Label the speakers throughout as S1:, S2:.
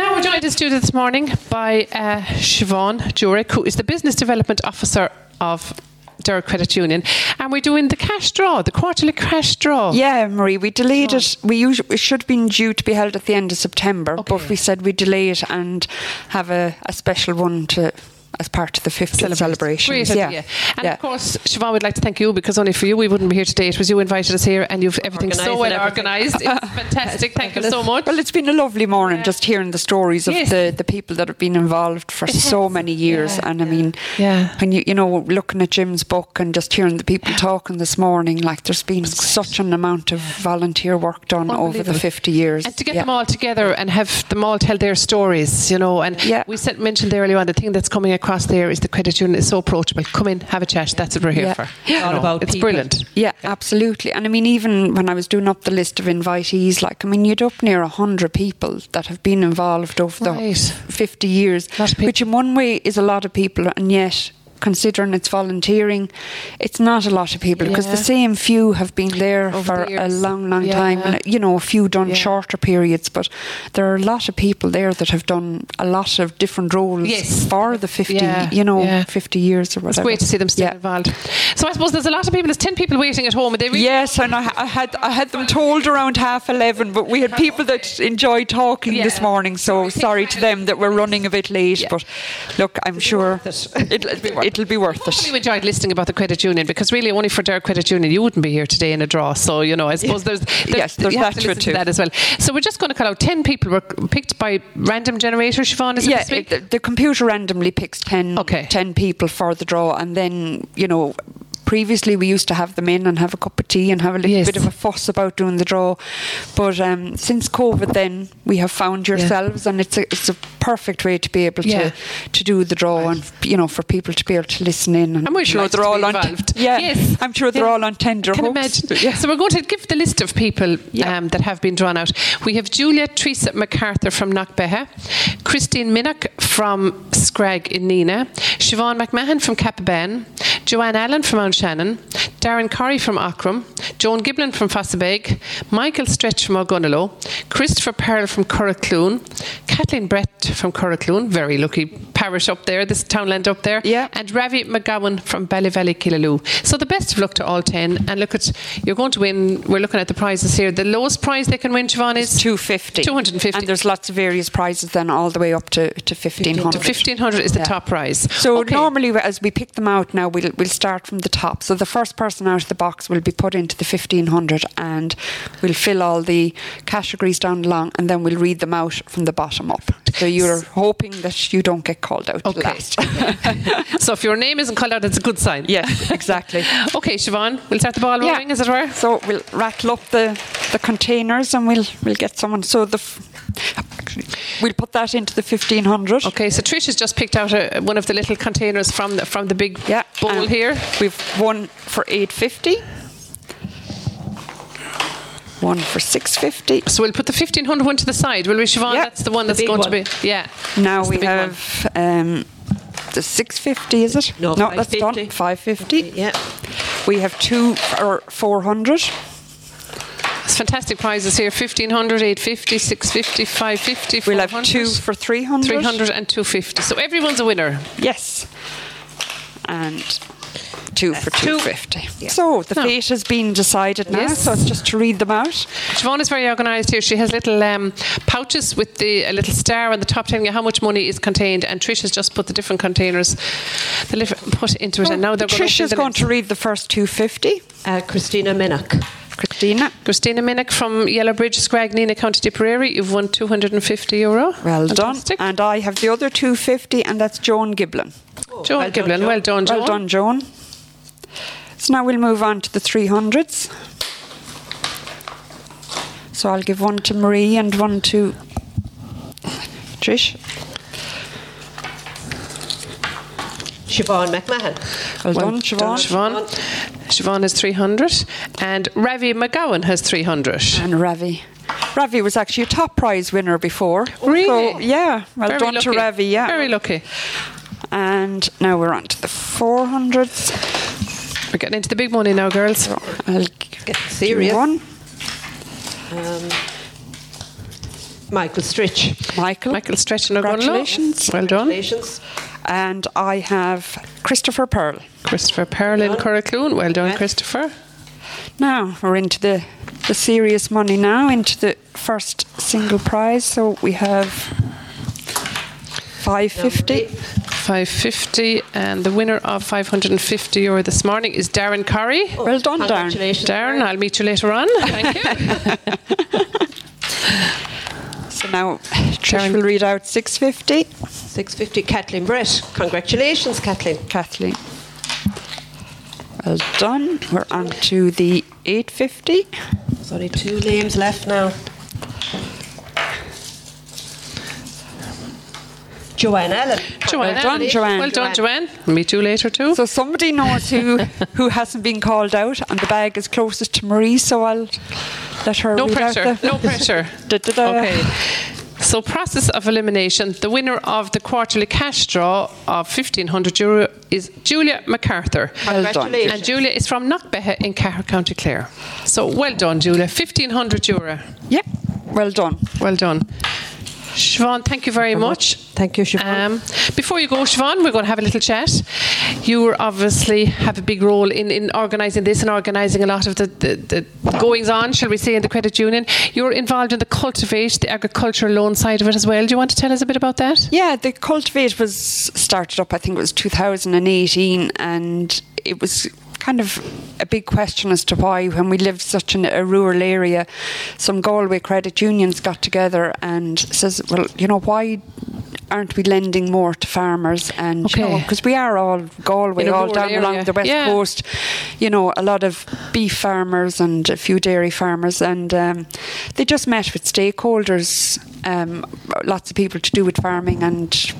S1: joined in studio this morning by uh, Siobhan Jurek, who is the Business Development Officer of Dara Credit Union. And we're doing the cash draw, the quarterly cash draw.
S2: Yeah, Marie, we delayed it. We usually, it should have been due to be held at the end of September,
S1: Okay.
S2: but we said we delay it and have a, a special one to as part of the 50th celebration.
S1: Great
S2: Yeah.
S1: idea. And
S2: yeah.
S1: of course, Siobhan, we'd like to thank you because only for you we wouldn't be here today. It was you invited us here and you've everything so
S3: Organised
S1: well
S3: and everything.
S1: organised. It's fantastic. Thank you so much.
S2: Well, it's been a lovely morning just hearing the stories of
S1: Yes.
S2: the, the people that have been involved for so many years.
S1: Yeah.
S2: and I mean,
S1: Yeah.
S2: when you, you know, looking at Jim's book and just hearing the people talking this morning, like there's been such an amount of volunteer work done over the
S1: Unbelievable.
S2: 50 years.
S1: And to get
S2: Yeah.
S1: them all together and have them all tell their stories, you know. And
S2: Yeah.
S1: we said, mentioned there earlier on, the thing that's coming across there is the credit union is so approachable. Come in, have a chat. That's what we're here
S2: Yeah.
S1: for.
S2: Yeah.
S1: You
S3: All
S1: know,
S3: about
S1: It's
S3: people.
S1: brilliant.
S2: Yeah, absolutely. And I mean, even when I was doing up the list of invitees, like, I mean, you'd up near 100 people that have been involved over the
S1: Right.
S2: 50 years,
S1: Lot of people.
S2: which in one way is a lot of people, and yet. Considering it's volunteering, it's not a lot of people because
S1: Yeah.
S2: the same few have been there
S1: Over
S2: for
S1: the
S2: a
S1: years.
S2: long, long time,
S1: Yeah.
S2: and you know, a few done
S1: Yeah.
S2: shorter periods. But there are a lot of people there that have done a lot of different roles
S1: Yes.
S2: for the fifty,
S1: Yeah.
S2: you know,
S1: Yeah.
S2: fifty years or whatever.
S1: It's great to see them still
S2: Yeah.
S1: involved. So I suppose there's a lot of people, there's 10 people waiting at home and they really
S2: Yes, and I, I had I had them told around half eleven, but we had people that enjoy talking
S1: Yeah.
S2: this morning. So sorry to them that we're running a bit late, but look, I'm sure it'll, it'll be worth
S1: Hopefully
S2: it.
S1: you enjoyed listening about the credit union because really only for Dare Credit Union you wouldn't be here today in a draw. So you know I suppose there's, there's
S2: Yes, there's
S1: you have
S2: that
S1: to
S2: to it
S1: listen to
S2: too.
S1: that as well. So we're just going to call out ten people were picked by random generator. Siobhan is it
S2: Yeah,
S1: this week?
S2: the, the computer randomly picks 10,
S1: Okay.
S2: 10 people for the draw, and then you know. Previously, we used to have them in and have a cup of tea and have a little
S1: Yes.
S2: bit of a fuss about doing the draw. But um, since COVID, then we have found yourselves, and it's a, it's a perfect way to be able
S1: Yeah.
S2: to to do the draw and you know for people to be able to listen in.
S1: And we're sure they're all on-
S2: Yeah,
S1: Yes.
S2: I'm sure they're
S1: Yeah.
S2: all on tender
S1: Can
S2: hooks.
S1: imagine. So we're going to give the list of people
S2: Yeah.
S1: um, that have been drawn out. We have Julia Teresa MacArthur from Knockbeha, Christine Minnock from Scrag in Nina, Siobhan McMahon from Capaban, Joanne Allen from Mount Shannon, Darren Corrie from Ockram, Joan Giblin from Fossabeg, Michael Stretch from Ogunalo, Christopher Peril from Curracloon, Kathleen Brett from Curracloon, very lucky parish up there, this townland up there,
S2: Yeah.
S1: and Ravi McGowan from Ballyvalley Killaloo. So the best of luck to all 10. And look, at you're going to win. We're looking at the prizes here. The lowest prize they can win, Siobhan, is
S2: 250.
S1: 250.
S2: And there's lots of various prizes then all the way up to, to 1500.
S1: 1500 is the
S2: Yeah.
S1: top prize.
S2: So
S1: Okay.
S2: normally, as we pick them out now, we'll we'll start from the top. So the first person out of the box will be put into the fifteen hundred, and we'll fill all the categories down along, and then we'll read them out from the bottom up. So you're hoping that you don't get called out
S1: Okay.
S2: last.
S1: so if your name isn't called out, it's a good sign.
S2: yes, exactly.
S1: Okay, Siobhan, we'll start the ball
S2: Yeah.
S1: rolling, as it were.
S2: So we'll rattle up the, the containers, and we'll we'll get someone. So the f- actually, we'll put that into the fifteen hundred.
S1: Okay, so Trish has just picked out a, one of the little containers from the, from the big
S2: Yeah, um,
S1: bowl
S2: and
S1: here.
S2: We've one for eight fifty. One for six fifty.
S1: So we'll put the 1500 one to the side, will we, Siobhan?
S2: Yeah,
S1: That's the one
S3: the
S1: that's
S3: big
S1: going
S3: one.
S1: to be. Yeah.
S2: Now
S1: That's the
S2: we
S1: big one.
S2: have um, the six fifty. Is it?
S3: No,
S2: that's
S3: 550.
S2: done. Five fifty.
S3: Yeah.
S2: We have two for four hundred.
S1: It's fantastic prizes here 1500, 850, 650, 550.
S2: We'll have two
S1: 400.
S2: for three hundred.
S1: 300 and 250. So everyone's a winner.
S2: Yes. And. Two for
S3: Two.
S2: two fifty. So the
S1: No.
S2: fate has been decided now.
S1: Yes.
S2: So it's just to read them out.
S1: Siobhan is very organised here. She has little um, pouches with the, a little star on the top telling you how much money is contained. And Trish has just put the different containers the liver, put into it. and now they're going
S2: Trish
S1: to
S2: is going to read the first two fifty.
S3: Uh, Christina Minnock.
S2: Christina.
S1: Christina Minnick from Yellowbridge, Scragnina, County Tipperary. You've won 250 euro.
S2: Well
S1: Fantastic.
S2: done. And I have the other 250, and that's Joan Giblin.
S1: Joan
S3: well done,
S1: Giblin,
S3: Joan.
S1: well done, Joan.
S2: Well done, Joan. So now we'll move on to the 300s. So I'll give one to Marie and one to Trish.
S3: Siobhan McMahon.
S2: Well,
S1: Well
S2: done, Siobhan.
S1: Siobhan. Siobhan has 300. And Ravi McGowan has 300.
S2: And Ravi. Ravi was actually a top prize winner before.
S1: Really?
S2: So, yeah. Well
S1: Very
S2: done to
S1: lucky.
S2: Ravi, yeah.
S1: Very lucky.
S2: And now we're on to the 400s.
S1: We're getting into the big money now, girls.
S2: I'll
S3: Get
S2: give
S3: serious.
S2: one.
S3: Michael Stritch.
S2: Michael.
S1: Michael Stretch and O'Gonlow.
S2: Congratulations.
S1: Well done.
S3: Congratulations.
S2: And I have Christopher Pearl.
S1: Christopher Pearl in Curracloon. Well done, Christopher.
S2: Now we're into the, the serious money now, into the first single prize. So we have 550.
S1: 550 and the winner of 550 euro this morning is Darren Curry.
S2: Well done, Darren.
S3: Congratulations.
S1: Darren, I'll meet you later on. Thank you.
S2: So now Trish will read out 650.
S3: 650 Kathleen Brett. Congratulations, Kathleen.
S2: Kathleen. Well done. We're on to the 850.
S3: There's only two names left now. Joanne Allen.
S1: Joanne.
S2: Well done, Joanne.
S1: Well done, Joanne. Meet you later too.
S2: So somebody knows who who hasn't been called out, and the bag is closest to Marie, so I'll let her
S1: no
S2: read
S1: pressure.
S2: out the.
S1: No pressure.
S2: Da, da, da.
S1: Okay. So, process of elimination. The winner of the quarterly cash draw of 1,500 euro is Julia MacArthur.
S2: Well done.
S3: Congratulations.
S1: And Julia is from Knockbehe in Cahir, County Clare. So, well done, Julia. 1,500 euro.
S2: Yep. Well done.
S1: Well done. Siobhan, thank you very much.
S3: Thank you, Siobhan.
S1: Um, before you go, Siobhan, we're going to have a little chat. You were obviously have a big role in, in organising this and organising a lot of the, the, the goings on, shall we say, in the credit union. You're involved in the cultivate, the agricultural loan side of it as well. Do you want to tell us a bit about that?
S2: Yeah, the cultivate was started up. I think it was 2018, and it was kind of a big question as to why, when we lived such in a rural area, some Galway credit unions got together and says, "Well, you know, why aren't we lending more to farmers?" And because
S1: Okay.
S2: we are all Galway,
S1: In a
S2: all
S1: rural
S2: down
S1: area.
S2: along the west
S1: Yeah.
S2: coast coast, you know, a lot of beef farmers and a few dairy farmers, and um, they just met with stakeholders, um, lots of people to do with farming, and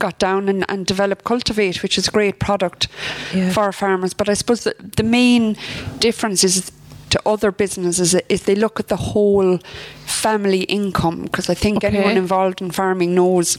S2: got down and, and developed Cultivate, which is a great product
S3: Yeah.
S2: for farmers. But I suppose the, the main difference is. To other businesses, is they look at the whole family income because I think
S1: Okay.
S2: anyone involved in farming knows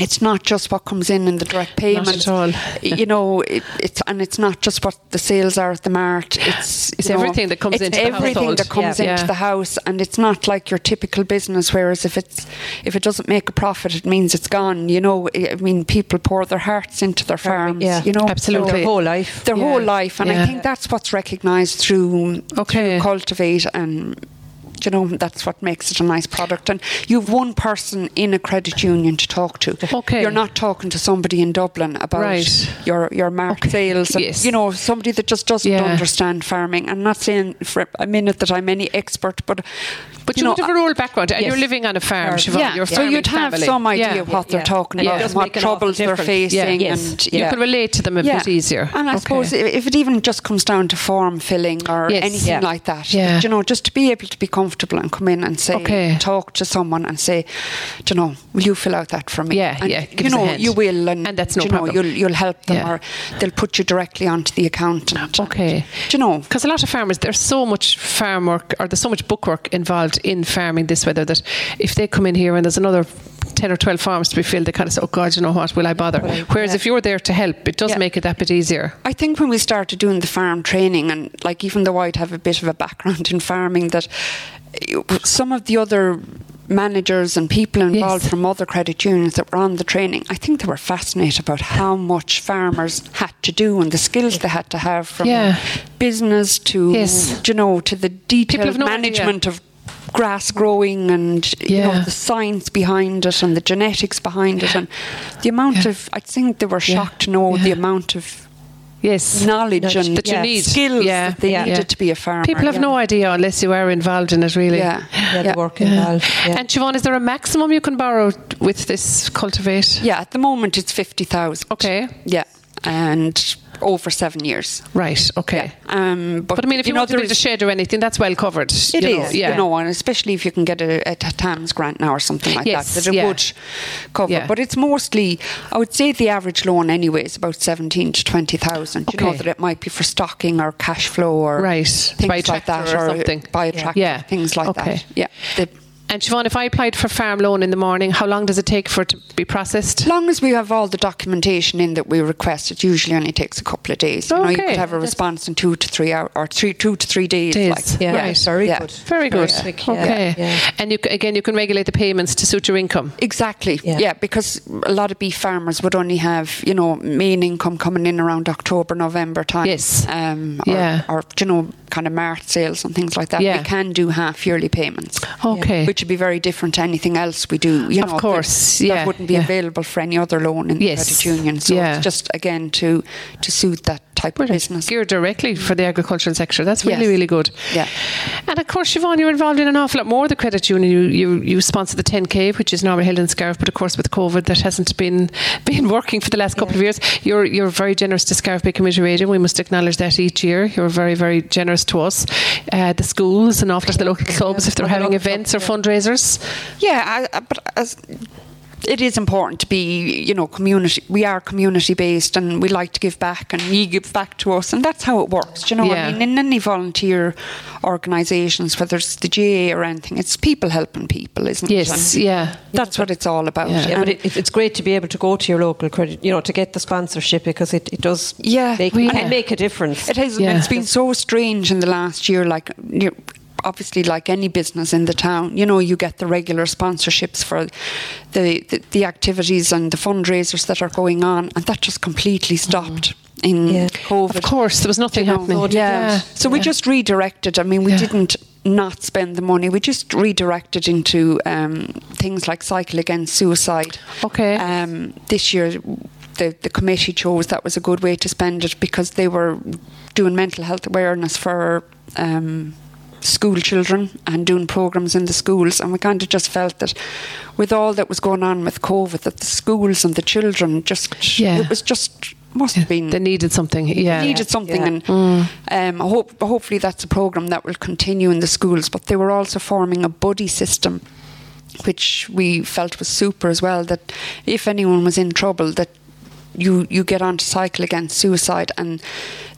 S2: it's not just what comes in in the direct payment
S1: at all.
S2: you know, it, it's and it's not just what the sales are at the mart. It's
S1: It's
S2: you know,
S1: everything that comes
S2: it's
S1: into the
S2: everything
S1: household.
S2: that comes
S1: Yeah.
S2: into
S1: Yeah.
S2: the house, and it's not like your typical business. Whereas if it's if it doesn't make a profit, it means it's gone. You know, I I mean, people pour their hearts into their farms.
S3: yeah.
S2: you know,
S1: Absolutely. Their
S3: whole life.
S2: their
S3: Yeah.
S2: whole life, and
S1: Yeah.
S2: I think that's what's recognised through
S1: Okay.
S2: through cultivate and. You know that's what makes it a nice product, and you've one person in a credit union to talk to.
S1: Okay.
S2: you're not talking to somebody in Dublin about
S1: Right.
S2: your your mark sales. And,
S1: Yes.
S2: You know, somebody that just doesn't
S1: Yeah.
S2: understand farming. I'm not saying for a minute that I'm any expert, but
S1: But you,
S2: know,
S1: would have a rural background and
S3: Yes.
S1: you're living on a farm, Siobhan.
S2: yeah,
S1: You're
S2: so
S1: farming
S2: you'd have
S1: family.
S2: some idea
S1: Yeah.
S2: what they're
S3: Yeah.
S2: talking
S1: And it
S2: about,
S1: does
S2: and what
S3: make an awful
S2: troubles they're
S3: difference.
S2: facing,
S1: Yeah.
S3: Yes.
S2: and
S1: You
S2: yeah.
S1: can relate to them a bit easier.
S2: And I
S1: Okay.
S2: suppose i- if it even just comes down to form filling or
S1: Yes.
S2: anything
S1: Yeah.
S2: like that,
S1: Yeah.
S2: you know, just to be able to be comfortable and come in and say,
S1: Okay.
S2: talk to someone and say, do you know, will you fill out that for me?
S1: Yeah,
S2: and,
S1: yeah, give
S2: you
S1: us a
S2: know,
S1: hand.
S2: you will, and,
S1: And that's no
S2: you know,
S1: problem.
S2: You'll you'll help them,
S1: Yeah.
S2: or they'll put you directly onto the accountant.
S1: Okay.
S2: Do you know?
S1: Because a lot of farmers, there's so much farm work or there's so much book work involved in farming this weather that if they come in here and there's another 10 or 12 farms to be filled, they kind of say, oh God, you know what, will I bother? Whereas if you're there to help, it does
S2: Yeah.
S1: make it that bit easier.
S2: I think when we started doing the farm training, and like even though I'd have a bit of a background in farming, that it- some of the other managers and people involved
S1: Yes.
S2: from other credit unions that were on the training, I think they were fascinated about how much farmers had to do and the skills they had to have from
S1: Yeah.
S2: business to
S1: Yes.
S2: you know to the
S1: have
S2: detailed
S1: no idea.
S2: management of grass growing and you know
S1: Yeah.
S2: the science behind it and the genetics behind it and the amount
S1: Yeah.
S2: of I think they were
S1: Yeah.
S2: shocked to know the
S1: Yeah.
S2: amount of
S1: Yes.
S2: knowledge and
S1: that you need.
S2: skills
S1: Yeah,
S2: that they
S1: yeah.
S2: needed
S1: yeah.
S2: to be a farmer.
S1: People have
S2: yeah.
S1: no idea unless you are involved in it, really.
S2: Yeah.
S3: Yeah,
S2: yeah.
S3: the work involved. Yeah.
S1: And Siobhan, is there a maximum you can borrow with this cultivate?
S2: Yeah, at the moment it's fifty thousand.
S1: Okay.
S2: Yeah, and over seven years.
S1: Right, okay.
S2: Um, but,
S1: But I mean, if you, want to
S2: there
S1: build a
S2: is-
S1: shed or anything, that's well covered.
S2: It
S1: you
S2: is,
S1: know, yeah.
S2: you know, and especially if you can get a, a t- TAMS grant now or something like
S1: Yes,
S2: that, that it
S1: yeah.
S2: would cover.
S1: Yeah.
S2: But it's mostly, I would say the average loan anyway is about 17 to 20,000. You know,
S1: Okay.
S2: that it might be for stocking or cash flow or
S1: Right.
S2: things
S1: Buy a
S2: like that.
S1: tractor or something.
S2: Buy a
S1: Yeah.
S2: tractor,
S1: Yeah.
S2: things like
S1: Okay.
S2: that. Yeah. The-
S1: And Siobhan, if I applied for farm loan in the morning, how long does it take for it to be processed?
S2: As long as we have all the documentation in that we request, it usually only takes a couple of days. You know, you
S1: Okay.
S2: could have a response in two to three hours, or three, two to three days.
S1: Days,
S2: Like.
S1: yeah.
S3: Yeah,
S1: Right.
S3: sorry.
S2: Yeah.
S3: Good.
S1: Very good.
S3: quick, yeah,
S1: Okay.
S3: yeah.
S1: And you, c- again, you can regulate the payments to suit your income.
S2: Exactly.
S3: Yeah.
S2: Yeah. because a lot of beef farmers would only have, you know, main income coming in around October, November time.
S1: Yes.
S2: Um, or,
S1: Yeah.
S2: Or, you know, kind of March sales and things like that.
S1: Yeah.
S2: We can do half yearly payments.
S1: Okay.
S2: Which would be very different to anything else we do. You
S1: Of
S2: know, that-
S1: course,
S2: That,
S1: yeah,
S2: wouldn't be
S1: yeah.
S2: available for any other loan in
S1: Yes,
S2: the credit union. So
S1: yeah.
S2: it's just, again, to, to suit that type
S1: Brilliant.
S2: of business.
S1: Geared directly for the agricultural sector. That's really,
S2: Yes.
S1: really good.
S2: Yeah.
S1: And of course, Siobhan, you're involved in an awful lot more. The credit union, you, you, you sponsor the 10K, which is normally held in Scarf, but of course, with COVID, that hasn't been been working for the last couple of years. You're you're very generous to Scarf Bay Community Radio. We must acknowledge that each year. You're very, very generous to us, uh, the schools, and often the local clubs if they're having events or fundraisers.
S2: Yeah, I, I- but as it is important to be, you know, community. We are community based, and we like to give back, and you give back to us, and that's how it works. do You know,
S1: Yeah.
S2: I mean, in any volunteer organisations, whether it's the GA or anything, it's people helping people, isn't it?
S1: Yes,
S2: And
S1: yeah.
S2: that's what it's all about.
S1: Yeah.
S3: Yeah,
S2: And-
S3: but it, it- it's great to be able to go to your local credit, you know, to get the sponsorship because it, it does
S2: Yeah,
S3: make,
S1: we-
S3: and
S1: yeah.
S3: it make a difference.
S2: It has.
S1: Yeah.
S2: It's been so strange in the last year. Like, you know, obviously, like any business in the town, you know, you get the regular sponsorships for the the, the activities and the fundraisers that are going on, and that just completely stopped in
S3: Yeah.
S2: COVID.
S1: Of course, there was nothing
S2: you know.
S1: happening.
S3: So did
S2: yeah.
S3: that.
S2: So we just redirected. I mean, we
S1: Yeah.
S2: didn't not spend the money. We just redirected into um, things like Cycle Against Suicide.
S1: Okay.
S2: Um, this year, the, the committee chose that was a good way to spend it because they were doing mental health awareness for um, school children and doing programs in the schools. And we kind of just felt that with all that was going on with COVID, that the schools and the children just,
S1: Yeah.
S2: it was just, must have been
S1: They needed something. Yeah.
S2: needed something,
S3: Yeah.
S2: and um, I hope hopefully that's a program that will continue in the schools. But they were also forming a buddy system, which we felt was super as well. That if anyone was in trouble, that you you get on to cycle against suicide, and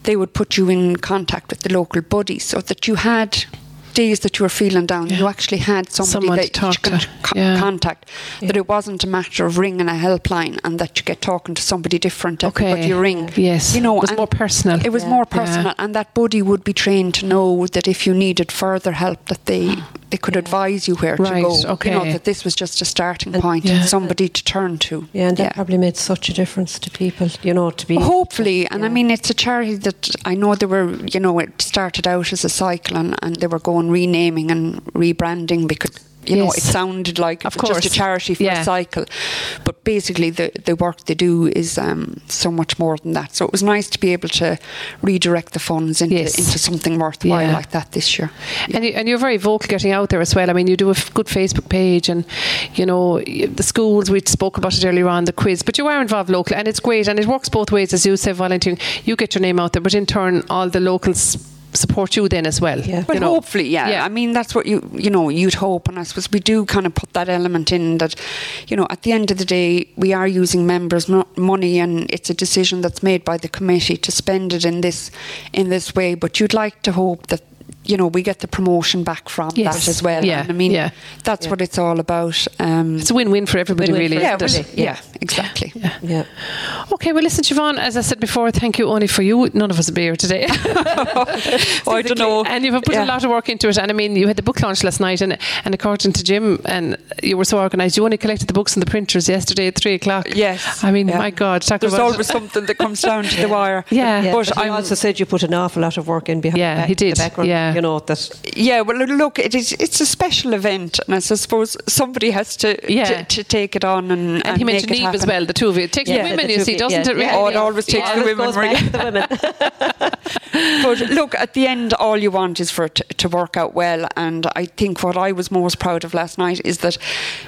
S2: they would put you in contact with the local buddy, so that you had. Days that you were feeling down, you actually had somebody
S1: Someone to
S2: that
S1: talk
S2: you could
S1: to,
S2: co-
S1: yeah.
S2: contact. That it wasn't a matter of ringing a helpline and that you get talking to somebody different every
S1: Okay.
S2: but you ring.
S1: Yes.
S2: You know,
S1: It was
S2: and
S1: more personal.
S2: It was
S1: Yeah.
S2: more
S1: Yeah.
S2: personal, and that buddy would be trained to know that if you needed further help, that they they could advise you where
S1: Right,
S2: to go.
S1: okay.
S2: You know that this was just a starting point
S1: Yeah.
S2: and somebody to turn to.
S3: yeah, and that probably made such a difference to people, you know, to
S2: Oh.
S3: be.
S2: Hopefully, and I mean, it's a charity that I know they were, you know, it started out as a cycle and, and they were going renaming and rebranding because, you know,
S1: Yes.
S2: it sounded like
S1: Of
S2: it was just
S1: course.
S2: a charity for
S1: Yeah.
S2: a cycle. But basically, the, the work they do is um, so much more than that. So it was nice to be able to redirect the funds into,
S1: Yes.
S2: into something worthwhile
S1: Yeah.
S2: like that this year.
S1: And, you, and you're very vocal getting out there as well. I mean, you do a f- good Facebook page, and you know y- the schools. We spoke about it earlier on the quiz, but you are involved locally, and it's great, and it works both ways. As you say, volunteering, you get your name out there, but in turn, all the locals support you then as well.
S3: Yeah.
S2: But
S1: you know.
S2: hopefully, yeah.
S1: Yeah.
S2: I mean, that's what you you know you'd hope, and I suppose we do kind of put that element in that, you know, at the end of the day, we are using members' mo- money, and it's a decision that's made by the committee to spend it in this in this way. But you'd like to hope that you know we get the promotion back from
S1: Yes.
S2: that as well.
S1: Yeah,
S2: And I mean,
S1: yeah.
S2: that's what it's all about. Um,
S1: It's a win-win for everybody,
S3: Win-win
S1: really.
S3: for
S2: yeah,
S1: isn't it?
S2: well,
S3: everybody.
S2: yeah, exactly.
S3: Yeah.
S1: Okay, well, listen, Siobhan, as I said before, thank you only for you. None of us will be here today.
S2: I don't know.
S1: And you've put
S2: Yeah.
S1: a lot of work into it. And I mean, you had the book launch last night, and, and according to Jim, and you were so organised, you only collected the books and the printers yesterday at three o'clock.
S2: Yes.
S1: I mean,
S2: Yeah.
S1: my God, talk
S2: There's
S1: about
S2: always something that comes down to the wire.
S1: Yeah.
S3: Yeah,
S2: but
S3: but I
S2: I'm
S3: also said you put an awful lot of work in behind
S1: Yeah,
S3: the back,
S1: he did,
S3: The background,
S1: yeah.
S3: You know, that
S2: Yeah, well, look, it is, it's a special event, and I suppose somebody has to
S1: Yeah.
S2: to, to take it on and, and,
S1: and he
S2: make
S1: mentioned
S2: it
S1: Eve
S2: happen.
S1: as well, the two of you. It takes the
S3: Yeah,
S1: women,
S3: the
S1: you
S3: two
S1: see,
S3: of you,
S1: doesn't
S3: yeah.
S1: it? Really?
S3: Yeah,
S2: Oh, it always
S3: Yeah,
S2: takes the
S3: always
S2: women.
S3: goes back
S2: Really.
S3: to the women.
S2: But look, at the end, all you want is for it to work out well. And I think what I was most proud of last night is that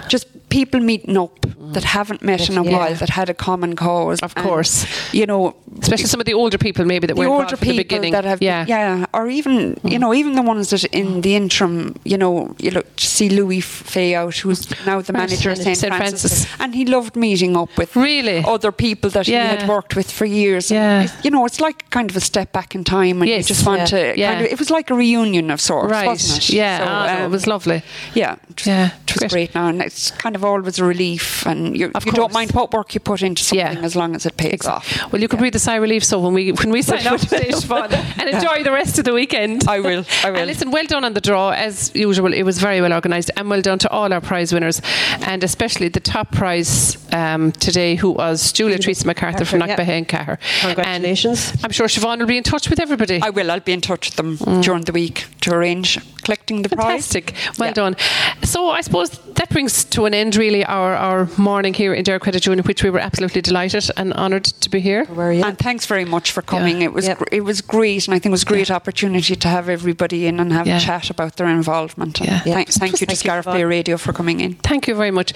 S2: just people meeting up that haven't met in a
S3: yeah.
S2: while that had a common cause.
S1: Mm. Of
S2: and,
S1: course.
S2: you know,
S1: Especially some of the older people, maybe that
S2: the
S1: were
S2: older
S1: involved from
S2: people
S1: the beginning.
S2: that have
S1: yeah.
S2: yeah or even you know even the ones that in the interim you know you look see Louis Fay out who's now the
S1: Right.
S2: manager of St
S1: St.
S2: Francis,
S1: Francis.
S2: and he loved meeting up with
S1: Really?
S2: other people that he
S1: Yeah.
S2: had worked with for years And
S1: Yeah.
S2: it's- you know it's like kind of a step back in time and
S1: Yes,
S2: you just want
S1: yeah,
S2: to
S1: yeah.
S2: kind of it was like a reunion of sorts
S1: Right.
S2: wasn't it
S1: Yeah. ah, no,
S2: um,
S1: it was lovely.
S2: yeah, it was,
S1: Yeah,
S2: it was
S1: great.
S2: great. now, and it's kind of always a relief, and you,
S1: Of
S2: you don't
S1: course.
S2: mind what work you put into something
S1: Yeah.
S2: as long as it pays off.
S1: Well, you can breathe a sigh of relief. So when we when we sign off today, Siobhan, and enjoy the rest of the weekend.
S2: I will, I will.
S1: And listen, well done on the draw as usual. It was very well organised, and well done to all our prize winners, and especially the top prize um, today, who was Julia Teresa MacArthur from
S3: Macarthur,
S1: Knockbehe and Cahir.
S3: Congratulations.
S1: And I'm sure Siobhan will be in touch with everybody.
S2: I will. I'll be in touch with them during the week to arrange collecting the
S1: Fantastic.
S2: prize.
S1: Well
S2: Yeah.
S1: done. So I suppose that brings to an end really our, our morning here in Dare Credit Union, which we were absolutely delighted and honoured to be here.
S3: Where are you?
S2: And thanks very much for coming. It was
S3: Yeah.
S2: gr- it was great, and I think it was a great opportunity to have everybody in and have
S1: Yeah.
S2: a chat about their involvement. And
S1: Yeah.
S2: Thank,
S3: Yeah.
S2: thank you to
S3: Thank you,
S2: Scarf Bay
S3: Siobhan.
S2: Radio for coming in.
S1: Thank you very much.